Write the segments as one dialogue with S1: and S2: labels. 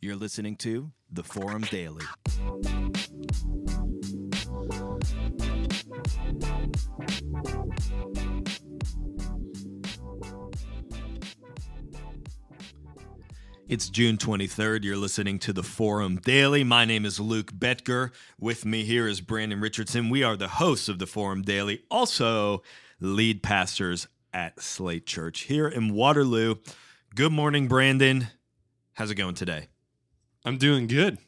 S1: You're listening to The Forum Daily. It's June 23rd. You're listening to the Forum Daily. My name is Luke Betger. With me here is Brandon Richardson. We are the hosts of the Forum Daily, also lead pastors at Slate Church here in Waterloo. Good morning, Brandon. How's it going today?
S2: I'm doing good.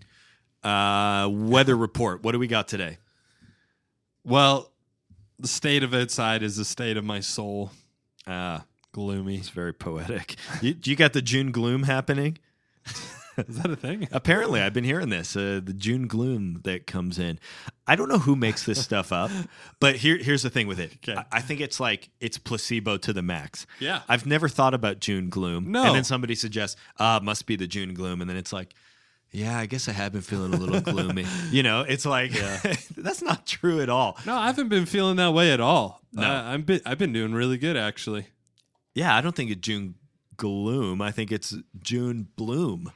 S1: Uh, weather report. What do we got today?
S2: Well, the state of outside is the state of my soul.
S1: Uh,
S2: Gloomy.
S1: it's very poetic. You, you got the June gloom happening?
S2: Is that a thing?
S1: Apparently, I've been hearing this uh, the June gloom that comes in. I don't know who makes this stuff up, but here, here's the thing with it.
S2: Okay.
S1: I, I think it's like it's placebo to the max.
S2: Yeah.
S1: I've never thought about June gloom.
S2: No.
S1: And then somebody suggests, ah, it must be the June gloom. And then it's like, yeah, I guess I have been feeling a little gloomy. You know, it's like, that's not true at all.
S2: No, I haven't been feeling that way at all.
S1: No.
S2: Uh, I'm been, I've been doing really good actually.
S1: Yeah, I don't think it's June gloom. I think it's June bloom.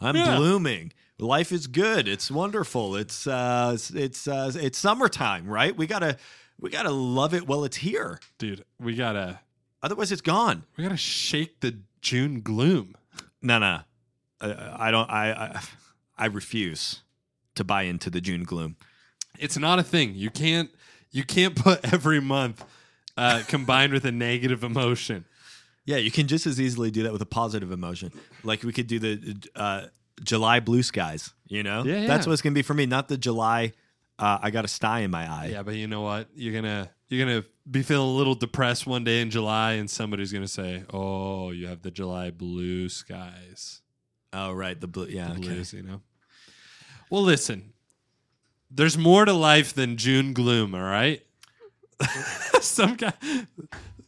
S1: I'm
S2: Yeah.
S1: blooming. Life is good. It's wonderful. It's uh it's- it's uh, it's summertime, right? We got to we got to love it while it's here.
S2: Dude, we got to
S1: Otherwise it's gone.
S2: we got to shake the June gloom.
S1: No, no. Uh, I don't I, I I refuse to buy into the June gloom.
S2: It's not a thing. You can't you can't put every month uh, combined with a negative emotion.
S1: Yeah, you can just as easily do that with a positive emotion. Like we could do the uh, July blue skies, you know?
S2: Yeah, yeah.
S1: That's what it's going to be for me, not the July uh, I got a sty in my eye.
S2: Yeah, but you know what? You're gonna you're gonna be feeling a little depressed one day in July, and somebody's gonna say, "Oh, you have the July blue skies,
S1: Oh right, the blue. Yeah,
S2: the
S1: okay.
S2: blues." You know. Well, listen. There's more to life than June gloom. All right. Some guy,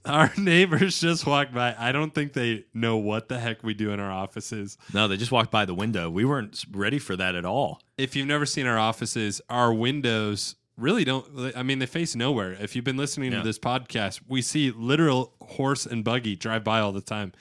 S2: our neighbors just walked by. I don't think they know what the heck we do in our offices.
S1: No, they just walked by the window. We weren't s- ready for that at all.
S2: if you've never seen our offices, our windows really don't. I mean, they face nowhere. If you've been listening
S1: Yeah.
S2: to this podcast, we see literal horse and buggy drive by all the time.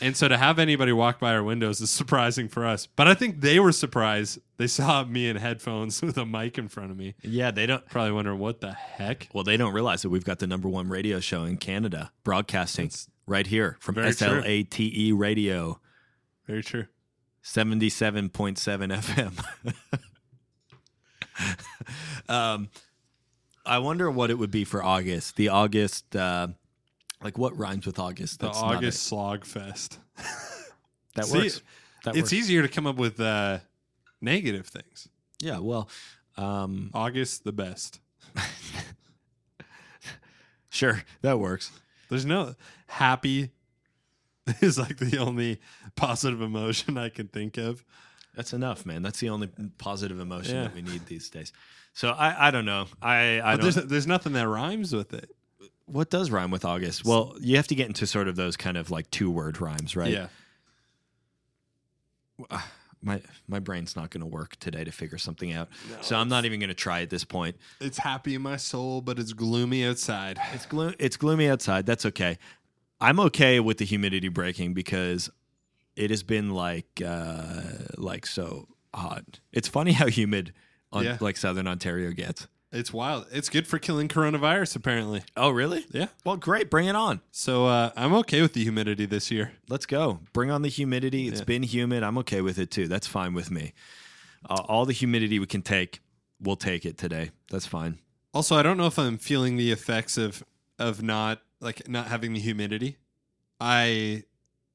S2: and so to have anybody walk by our windows is surprising for us. But I think they were surprised. They saw me in headphones with a mic in front of me,
S1: Yeah, they don't.
S2: probably wondering what the heck.
S1: Well, they don't realize that we've got the number one radio show in Canada broadcasting right here from
S2: very true.
S1: SLATE E Radio,
S2: Very true.
S1: seventy-seven point seven FM. um, I wonder what it would be for August. The August, uh, like what rhymes with August?
S2: The
S1: not it.
S2: August slog fest.
S1: that
S2: See,
S1: works. That
S2: it's
S1: works.
S2: easier to come up with uh, negative things.
S1: Yeah. Well, um,
S2: August the best.
S1: sure, that works.
S2: There's no happy is like the only positive emotion I can think of.
S1: That's enough, man. That's the only positive emotion
S2: Yeah.
S1: that we need these days. So I, I don't know. I, I
S2: But there's
S1: don't.
S2: there's nothing that rhymes with it.
S1: What does rhyme with August? Well, you have to get into sort of those kind of like two word rhymes, right?
S2: Yeah.
S1: My my brain's not going to work today to figure something out, so I'm not even going to try at this point.
S2: It's happy in my soul, but it's gloomy outside.
S1: It's glo- It's gloomy outside. That's okay. I'm okay with the humidity breaking because it has been like uh like so hot. It's funny how humid on
S2: Yeah.
S1: like southern Ontario gets.
S2: It's wild. It's good for killing coronavirus apparently.
S1: Oh, really?
S2: Yeah.
S1: Well, great. Bring it on.
S2: So uh, I'm okay with the humidity this year.
S1: Let's go. Bring on the humidity. It's
S2: Yeah.
S1: been humid. I'm okay with it too. That's fine with me. Uh, all the humidity we can take, we'll take it today. That's fine.
S2: Also, I don't know if I'm feeling the effects of of not like not having the humidity. I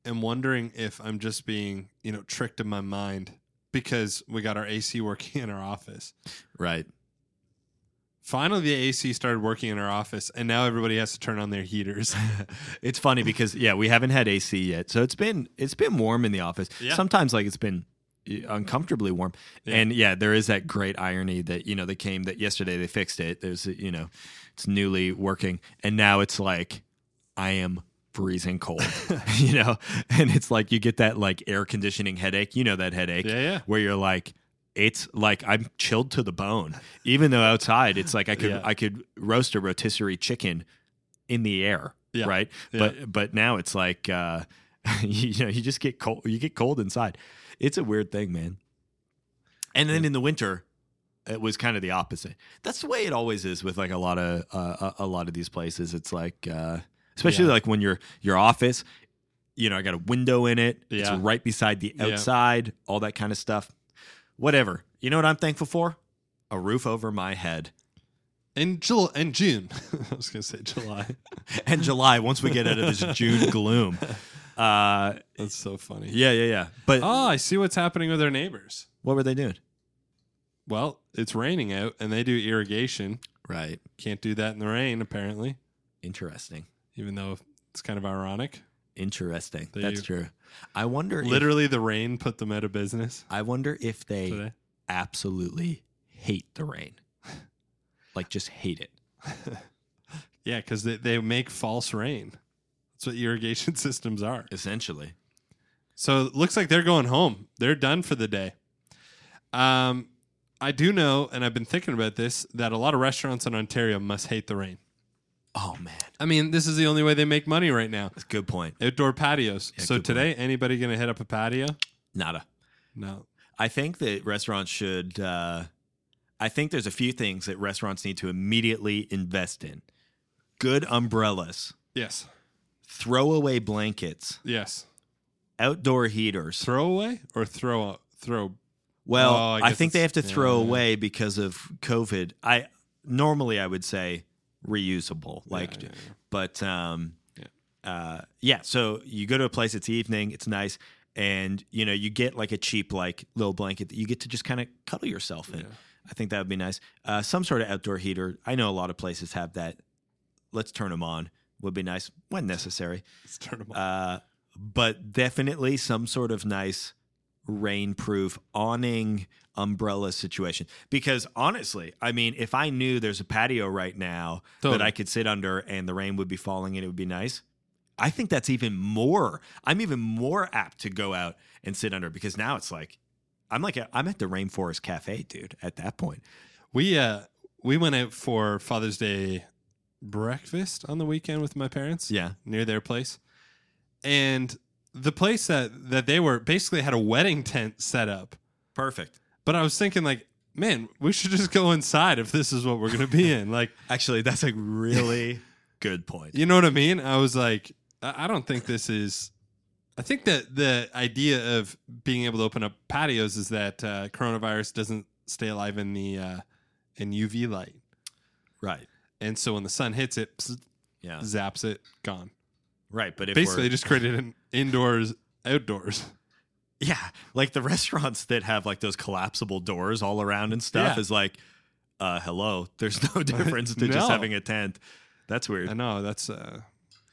S2: am wondering if I'm just being, you know, tricked in my mind because we got our AC working in our office.
S1: Right.
S2: Finally, the AC started working in our office, and now everybody has to turn on their heaters.
S1: It's funny because yeah, we haven't had AC yet, so it's been it's been warm in the office.
S2: Yeah.
S1: Sometimes like it's been uh, uncomfortably warm,
S2: Yeah.
S1: and yeah, there is that great irony that you know they came that yesterday they fixed it. There's uh, you know it's newly working, and now it's like I am freezing cold, you know, and it's like you get that like air conditioning headache. You know that headache
S2: Yeah, yeah.
S1: where you're like. It's like I'm chilled to the bone, even though outside it's like I could
S2: Yeah.
S1: I could roast a rotisserie chicken in the air,
S2: Yeah.
S1: right?
S2: Yeah.
S1: But but now it's like uh, you know, you just get cold. You get cold inside. It's a weird thing, man. And then in the winter, it was kind of the opposite. That's the way it always is with like a lot of uh, a, a lot of these places. It's like, uh, especially
S2: Yeah.
S1: like when your your office, you know, I got a window in it. It's
S2: Yeah.
S1: right beside the
S2: Yeah.
S1: outside. All that kind of stuff. Whatever. You know what I'm thankful for? A roof over my head.
S2: In Jul- in June. I was gonna say July.
S1: And July, once we get out of this June gloom. Uh,
S2: That's so funny.
S1: yeah, yeah, yeah. But
S2: Oh, I see what's happening with our neighbors.
S1: what were they doing?
S2: Well, it's raining out, and they do irrigation.
S1: Right.
S2: Can't do that in the rain, apparently.
S1: Interesting.
S2: Even though it's kind of ironic.
S1: Interesting.
S2: They-
S1: That's true. I wonder. Literally.
S2: Literally, the rain put them out of business
S1: I wonder if they
S2: today.
S1: absolutely hate the rain, like just hate it.
S2: Yeah, because they, they make false rain. That's what irrigation systems are.
S1: Essentially.
S2: So it looks like they're going home. They're done for the day. Um, I do know, and I've been thinking about this, that a lot of restaurants in Ontario must hate the rain.
S1: Oh man,
S2: I mean, this is the only way they make money right now.
S1: that's a good point.
S2: Outdoor patios.
S1: Yeah,
S2: so
S1: good
S2: today, anybody going to hit up a patio?
S1: Nada.
S2: No.
S1: I think that restaurants should. Uh, I think there's a few things that restaurants need to immediately invest in: good umbrellas,
S2: Yes.
S1: throwaway blankets,
S2: Yes.
S1: outdoor heaters.
S2: Throw away or throw out? Throw.
S1: Well,
S2: Oh, I
S1: I,
S2: guess
S1: think they have
S2: it's-
S1: to throw
S2: yeah.
S1: away because of COVID. I normally I would say reusable, like,
S2: Yeah, yeah,
S1: but um, uh, yeah. So you go to a place, it's evening, it's nice, and you know you get like a cheap like little blanket that you get to just kind of cuddle yourself in.
S2: yeah.
S1: I think that would be nice. Uh, some sort of outdoor heater. I know a lot of places have that. Let's turn them on. Would be nice when necessary.
S2: Let's turn 'em off.
S1: Uh, but definitely some sort of nice rainproof awning umbrella situation. Because honestly, I mean, if I knew there's a patio right now that
S2: Totally.
S1: I could sit under and the rain would be falling and it would be nice, I think that's even more. I'm even more apt to go out and sit under because now it's like I'm like i I'm at the Rainforest Cafe, dude. At that point,
S2: We uh we went out for Father's Day breakfast on the weekend with my parents
S1: yeah,
S2: near their place. And the place that that they were basically had a wedding tent set up.
S1: perfect.
S2: But I was thinking like, man, we should just go inside if this is what we're going to be in. Like,
S1: Actually, that's a really good point.
S2: you know what I mean? I was like, I I don't think this is I think that the idea of being able to open up patios is that uh, coronavirus doesn't stay alive in the uh, in UV light.
S1: Right.
S2: And so when the sun hits it, psst,
S1: Yeah.
S2: zaps it, gone.
S1: Right. But if we're-
S2: Basically, just created an indoors, outdoors.
S1: Yeah, like the restaurants that have like those collapsible doors all around and stuff
S2: Yeah.
S1: is like, uh, hello. There's no difference to
S2: No.
S1: just having a tent. That's weird.
S2: I know that's uh,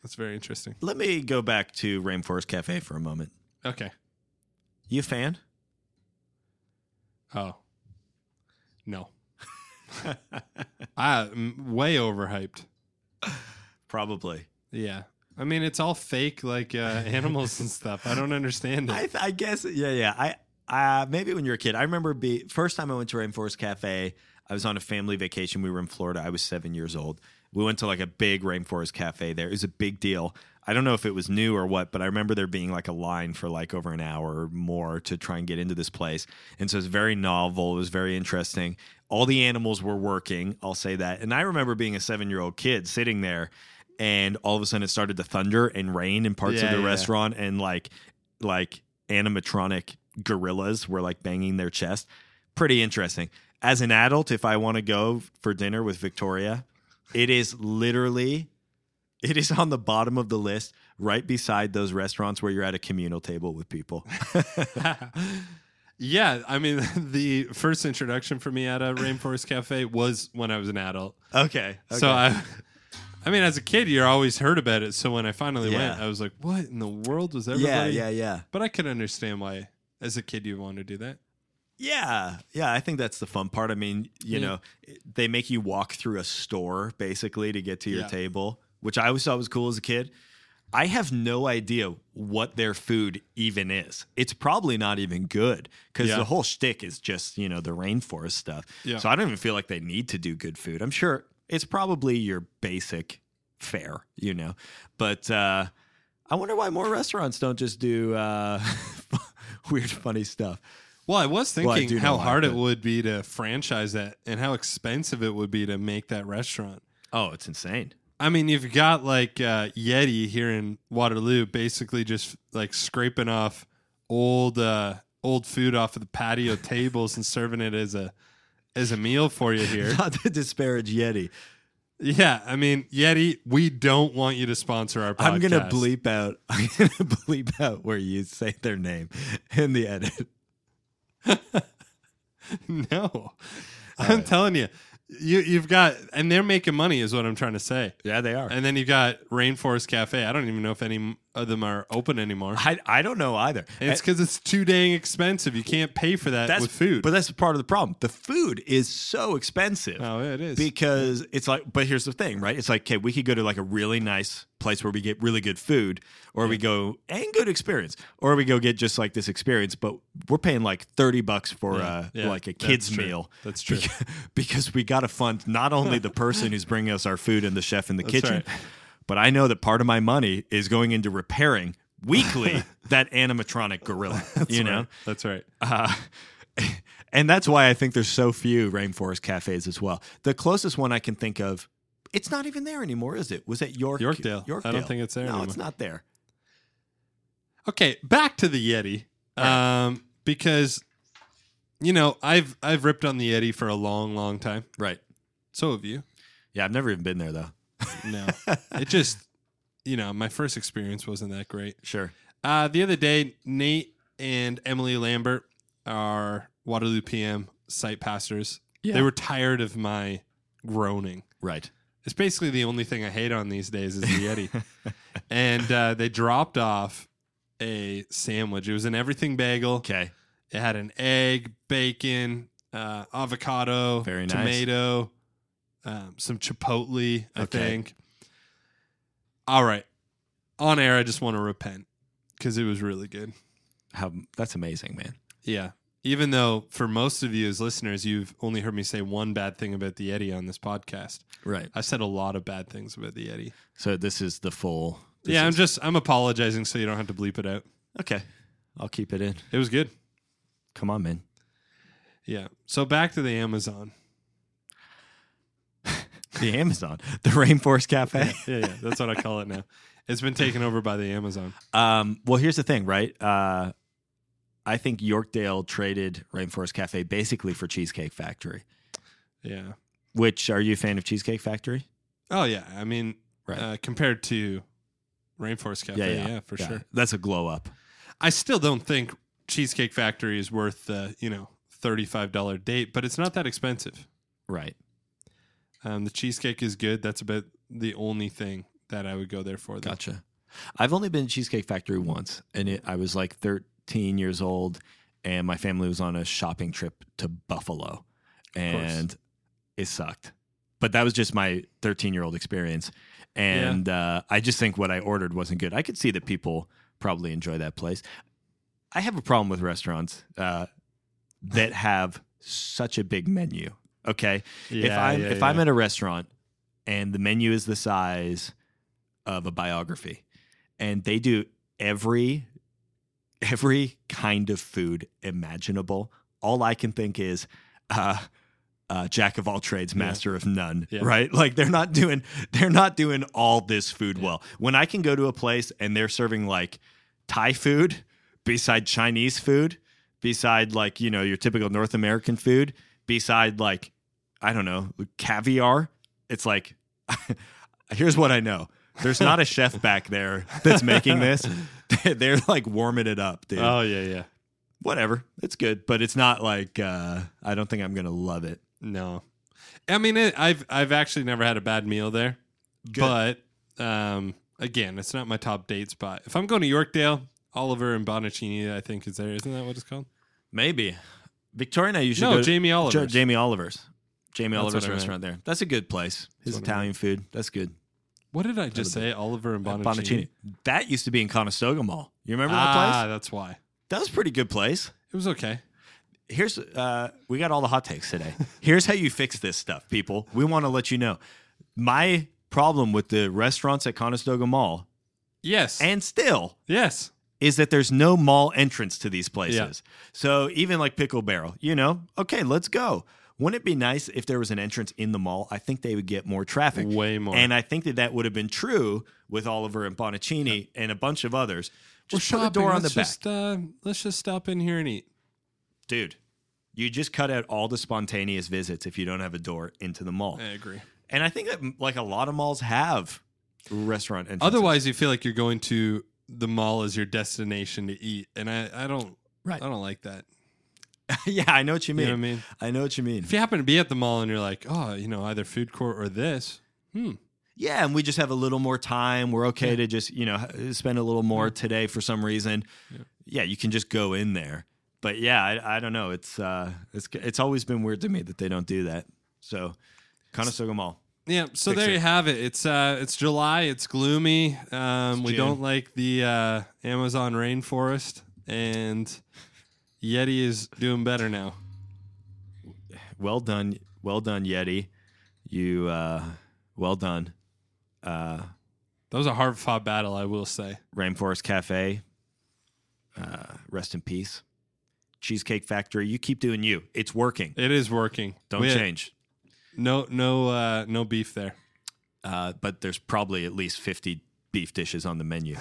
S2: that's very interesting.
S1: Let me go back to Rainforest Cafe for a moment.
S2: Okay.
S1: You a fan?
S2: Oh, no, I'm mm, way overhyped.
S1: Probably.
S2: Yeah, I mean it's all fake, like uh, animals and stuff. I don't understand it.
S1: I, th- I guess. Yeah, yeah. I uh, maybe when you were a kid, I remember be first time I went to Rainforest Cafe. I was on a family vacation. We were in Florida. I was seven years old. We went to like a big Rainforest Cafe there. It was a big deal. I don't know if it was new or what, but I remember there being like a line for like over an hour or more to try and get into this place. And so it's very novel. It was very interesting. All the animals were working. I'll say that. And I remember being a seven year old kid sitting there, and all of a sudden it started to thunder and rain in parts
S2: Yeah,
S1: of the
S2: yeah.
S1: restaurant, and like like animatronic gorillas were like banging their chest. Pretty interesting. As an adult, if I want to go for dinner with Victoria, it is literally it is on the bottom of the list right beside those restaurants where you're at a communal table with people.
S2: yeah, I mean the first introduction for me at a Rainforest Cafe was when I was an adult.
S1: okay.
S2: So I, I mean, as a kid, you're always heard about it. So when I finally went,
S1: Yeah.
S2: I was like, "What in the world was
S1: yeah,
S2: everybody?"
S1: yeah, yeah.
S2: But I could understand why, as a kid, you want to do that.
S1: Yeah, yeah, I think that's the fun part. I mean, you
S2: Yeah.
S1: know, it- they make you walk through a store basically to get to your
S2: Yeah.
S1: table, which I always thought was cool as a kid. I have no idea what their food even is. It's probably not even good because
S2: Yeah.
S1: the whole shtick is just you know the rainforest stuff.
S2: Yeah.
S1: So I don't even feel like they need to do good food. I'm sure it's probably your basic fare, you know, but uh, I wonder why more restaurants don't just do uh, weird, funny stuff.
S2: Well, I was
S1: Well, I
S2: thinking
S1: do know
S2: how
S1: why,
S2: hard it
S1: but-
S2: would be to franchise that and how expensive it would be to make that restaurant.
S1: Oh, it's insane.
S2: I mean, you've got like uh, Yeti here in Waterloo, basically just like scraping off old uh, old food off of the patio tables and serving it as a as a meal for you here.
S1: Not to disparage Yeti.
S2: yeah, I mean, Yeti, we don't want you to sponsor our podcast.
S1: I'm gonna bleep out. I'm gonna bleep out where you say their name in the edit.
S2: no, I'm
S1: right.
S2: telling you, you you've got, and they're making money, is what I'm trying to say.
S1: Yeah, they are.
S2: And then you've got Rainforest Cafe. I don't even know if any of them are open anymore.
S1: I, I don't know either. Eh,
S2: And it's because it's too dang expensive. You can't pay for that
S1: that's
S2: with food.
S1: but that's part of the problem. The food is so expensive.
S2: oh, yeah, it is.
S1: because it's like but here's the thing right it's like okay we could go to like a really nice place where we get really good food or we go and good experience or we go get just like this experience but we're paying like 30 bucks for
S2: Yeah,
S1: uh
S2: yeah,
S1: like a
S2: that's
S1: kids
S2: true.
S1: meal
S2: That's true.
S1: Beca- because we got to fund not only the person who's bringing us our food and the chef in the kitchen
S2: right.
S1: but i know that part of my money is going into repairing weekly that animatronic gorilla you know
S2: That's right.
S1: uh, and that's why I think there's so few rainforest cafes as well. The closest one I can think of, it's not even there anymore, is it? Was it York
S2: Yorkdale.
S1: Yorkdale.
S2: I don't think it's there
S1: No,
S2: anymore.
S1: it's not there.
S2: Okay, back to the Yeti. Um, because you know, I've I've ripped on the Yeti for a long, long time.
S1: Right.
S2: So have you.
S1: Yeah, I've never even been there though.
S2: No. it just you know, my first experience wasn't that great.
S1: Sure.
S2: Uh, the other day, Nate and Emily Lambert, our Waterloo PM site pastors,
S1: Yeah.
S2: they were tired of my groaning.
S1: Right.
S2: It's basically the only thing I hate on these days is the Yeti. and uh, they dropped off a sandwich. It was an everything bagel.
S1: Okay.
S2: It had an egg, bacon, uh, avocado,
S1: Very nice.
S2: tomato, um, some chipotle, I
S1: Okay.
S2: think. All right. On air, I just want to repent because it was really good.
S1: How that's amazing, man.
S2: Yeah. Even though for most of you as listeners, you've only heard me say one bad thing about the Yeti on this podcast.
S1: Right.
S2: I've said a lot of bad things about the Yeti.
S1: So this is the full. this
S2: yeah, I'm
S1: is-
S2: just I'm apologizing so you don't have to bleep it out.
S1: okay. I'll keep it in.
S2: It was good.
S1: Come on, man.
S2: Yeah. So back to the Amazon.
S1: The Amazon, the Rainforest Cafe.
S2: Yeah, yeah, that's what I call it now. It's been taken over by the Amazon.
S1: Um, well, here's the thing, right? Uh, I think Yorkdale traded Rainforest Cafe basically for Cheesecake Factory.
S2: Yeah.
S1: Which are you a fan of Cheesecake Factory?
S2: Oh yeah. I mean,
S1: Right.
S2: uh, compared to Rainforest Cafe, yeah,
S1: Yeah, yeah,
S2: for
S1: Yeah,
S2: sure.
S1: That's a glow up.
S2: I still don't think Cheesecake Factory is worth the you know thirty five dollar date, but it's not that expensive.
S1: Right.
S2: Um, the cheesecake is good. That's about the only thing that I would go there for. though.
S1: Gotcha. I've only been to Cheesecake Factory once, and it, I was like 13 years old, and my family was on a shopping trip to Buffalo, and it sucked. But that was just my 13 year old experience. And uh, I just think what I ordered wasn't good. I could see that people probably enjoy that place. I have a problem with restaurants uh, that have such a big menu. Okay. if I'm if I'm at a restaurant and the menu is the size of a biography and they do every every kind of food imaginable, all I can think is uh uh, jack of all trades,
S2: Yeah.
S1: master of none.
S2: Yeah.
S1: Right? Like they're not doing they're not doing all this food well. When I can go to a place and they're serving like Thai food beside Chinese food, beside like, you know, your typical North American food, beside like, I don't know, caviar. It's like, here's what I know. There's not a chef back there that's making this. They're like warming it up, dude.
S2: oh yeah yeah
S1: Whatever. It's good, but it's not like, uh, I don't think I'm going to love it.
S2: no, I mean it, I've I've actually never had a bad meal there, but um again it's not my top date spot. If I'm going to Yorkdale, Oliver and Bonaccini I think is there. Isn't that what it's called?
S1: Maybe. Victoria and I usually
S2: No,
S1: go to
S2: Jamie Oliver.
S1: Jo- Jamie Oliver's. Jamie
S2: That's what
S1: Oliver's
S2: I meant.
S1: restaurant there. That's a good place. His
S2: what I
S1: Italian food. That's good.
S2: what did I just say? Oliver and Bonaccini.
S1: Bonaccini. That used to be in Conestoga Mall. You remember that
S2: ah,
S1: place?
S2: that's why.
S1: That was a pretty good place.
S2: It was okay.
S1: here's uh, we got all the hot takes today. Here's how you fix this stuff, people. We want to let you know. My problem with the restaurants at Conestoga Mall
S2: Yes.
S1: and still
S2: yes.
S1: is that there's no mall entrance to these places. So even like Pickle Barrel, you know, okay, let's go. Wouldn't it be nice if there was an entrance in the mall? I think they would get more traffic.
S2: Way more.
S1: And uh, I think that that would have been true with Oliver and Bonaccini and a bunch of others. Just
S2: We're
S1: put a door
S2: shopping.
S1: on the
S2: let's
S1: back.
S2: just, Uh, let's just stop in here and eat.
S1: Dude, you just cut out all the spontaneous visits if you don't have a door into the mall.
S2: I agree.
S1: And I think that like a lot of malls have restaurant entrances.
S2: Otherwise, you feel like you're going to the mall as your destination to eat, and I, I don't.
S1: Right.
S2: I don't like that.
S1: yeah, I know what you
S2: You
S1: mean.
S2: know what I mean?
S1: I know what you mean.
S2: If you happen to be at the mall and you're like, oh, you know, either food court or this, hmm,
S1: yeah, and we just have a little more time. We're okay
S2: Yeah.
S1: to just, you know, h- spend a little more today for some reason. Yeah.
S2: Yeah.
S1: you can just go in there. But yeah, I, I don't know. It's uh, it's it's always been weird to me that they don't do that. So, Conestoga Mall.
S2: Yeah, so
S1: Fix
S2: there
S1: it.
S2: you have it. It's uh, it's July. It's gloomy. Um, we
S1: June.
S2: don't like the uh, Amazon rainforest, and Yeti is doing better now.
S1: Well done, well done, Yeti. You uh, well done. Uh,
S2: That was a hard fought battle, I will say.
S1: Rainforest Cafe. Uh, rest in peace. Cheesecake Factory. You keep doing you. It's working.
S2: It is working.
S1: Don't
S2: We had
S1: change.
S2: No, no, uh, no beef there.
S1: uh, but there's probably at least 50 beef dishes on the menu.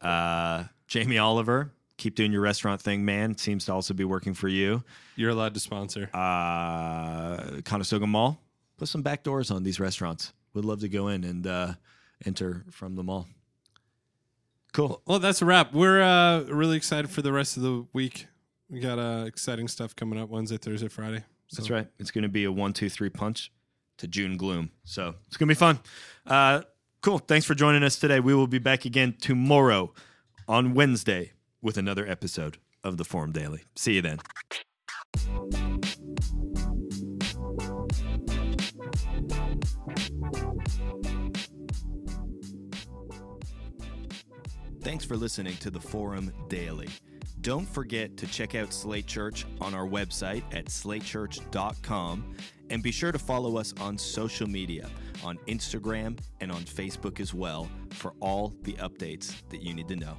S1: uh, Jamie Oliver, keep doing your restaurant thing, man. It seems to also be working for you.
S2: You're allowed to sponsor.
S1: Uh, Conestoga Mall, put some back doors on these restaurants. Would love to go in and uh, enter from the mall. Cool.
S2: Well, that's a wrap. We're uh, really excited for the rest of the week. We got uh, exciting stuff coming up Wednesday, Thursday, Friday.
S1: That's
S2: So-
S1: right. It's going to be a one, two, three punch to June gloom. So it's going to be fun. Uh, cool. Thanks for joining us today. We will be back again tomorrow on Wednesday with another episode of the Forum Daily. See you then. Thanks for listening to the Forum Daily. Don't forget to check out Slate Church on our website at slatechurch.com and be sure to follow us on social media on Instagram and on Facebook as well for all the updates that you need to know.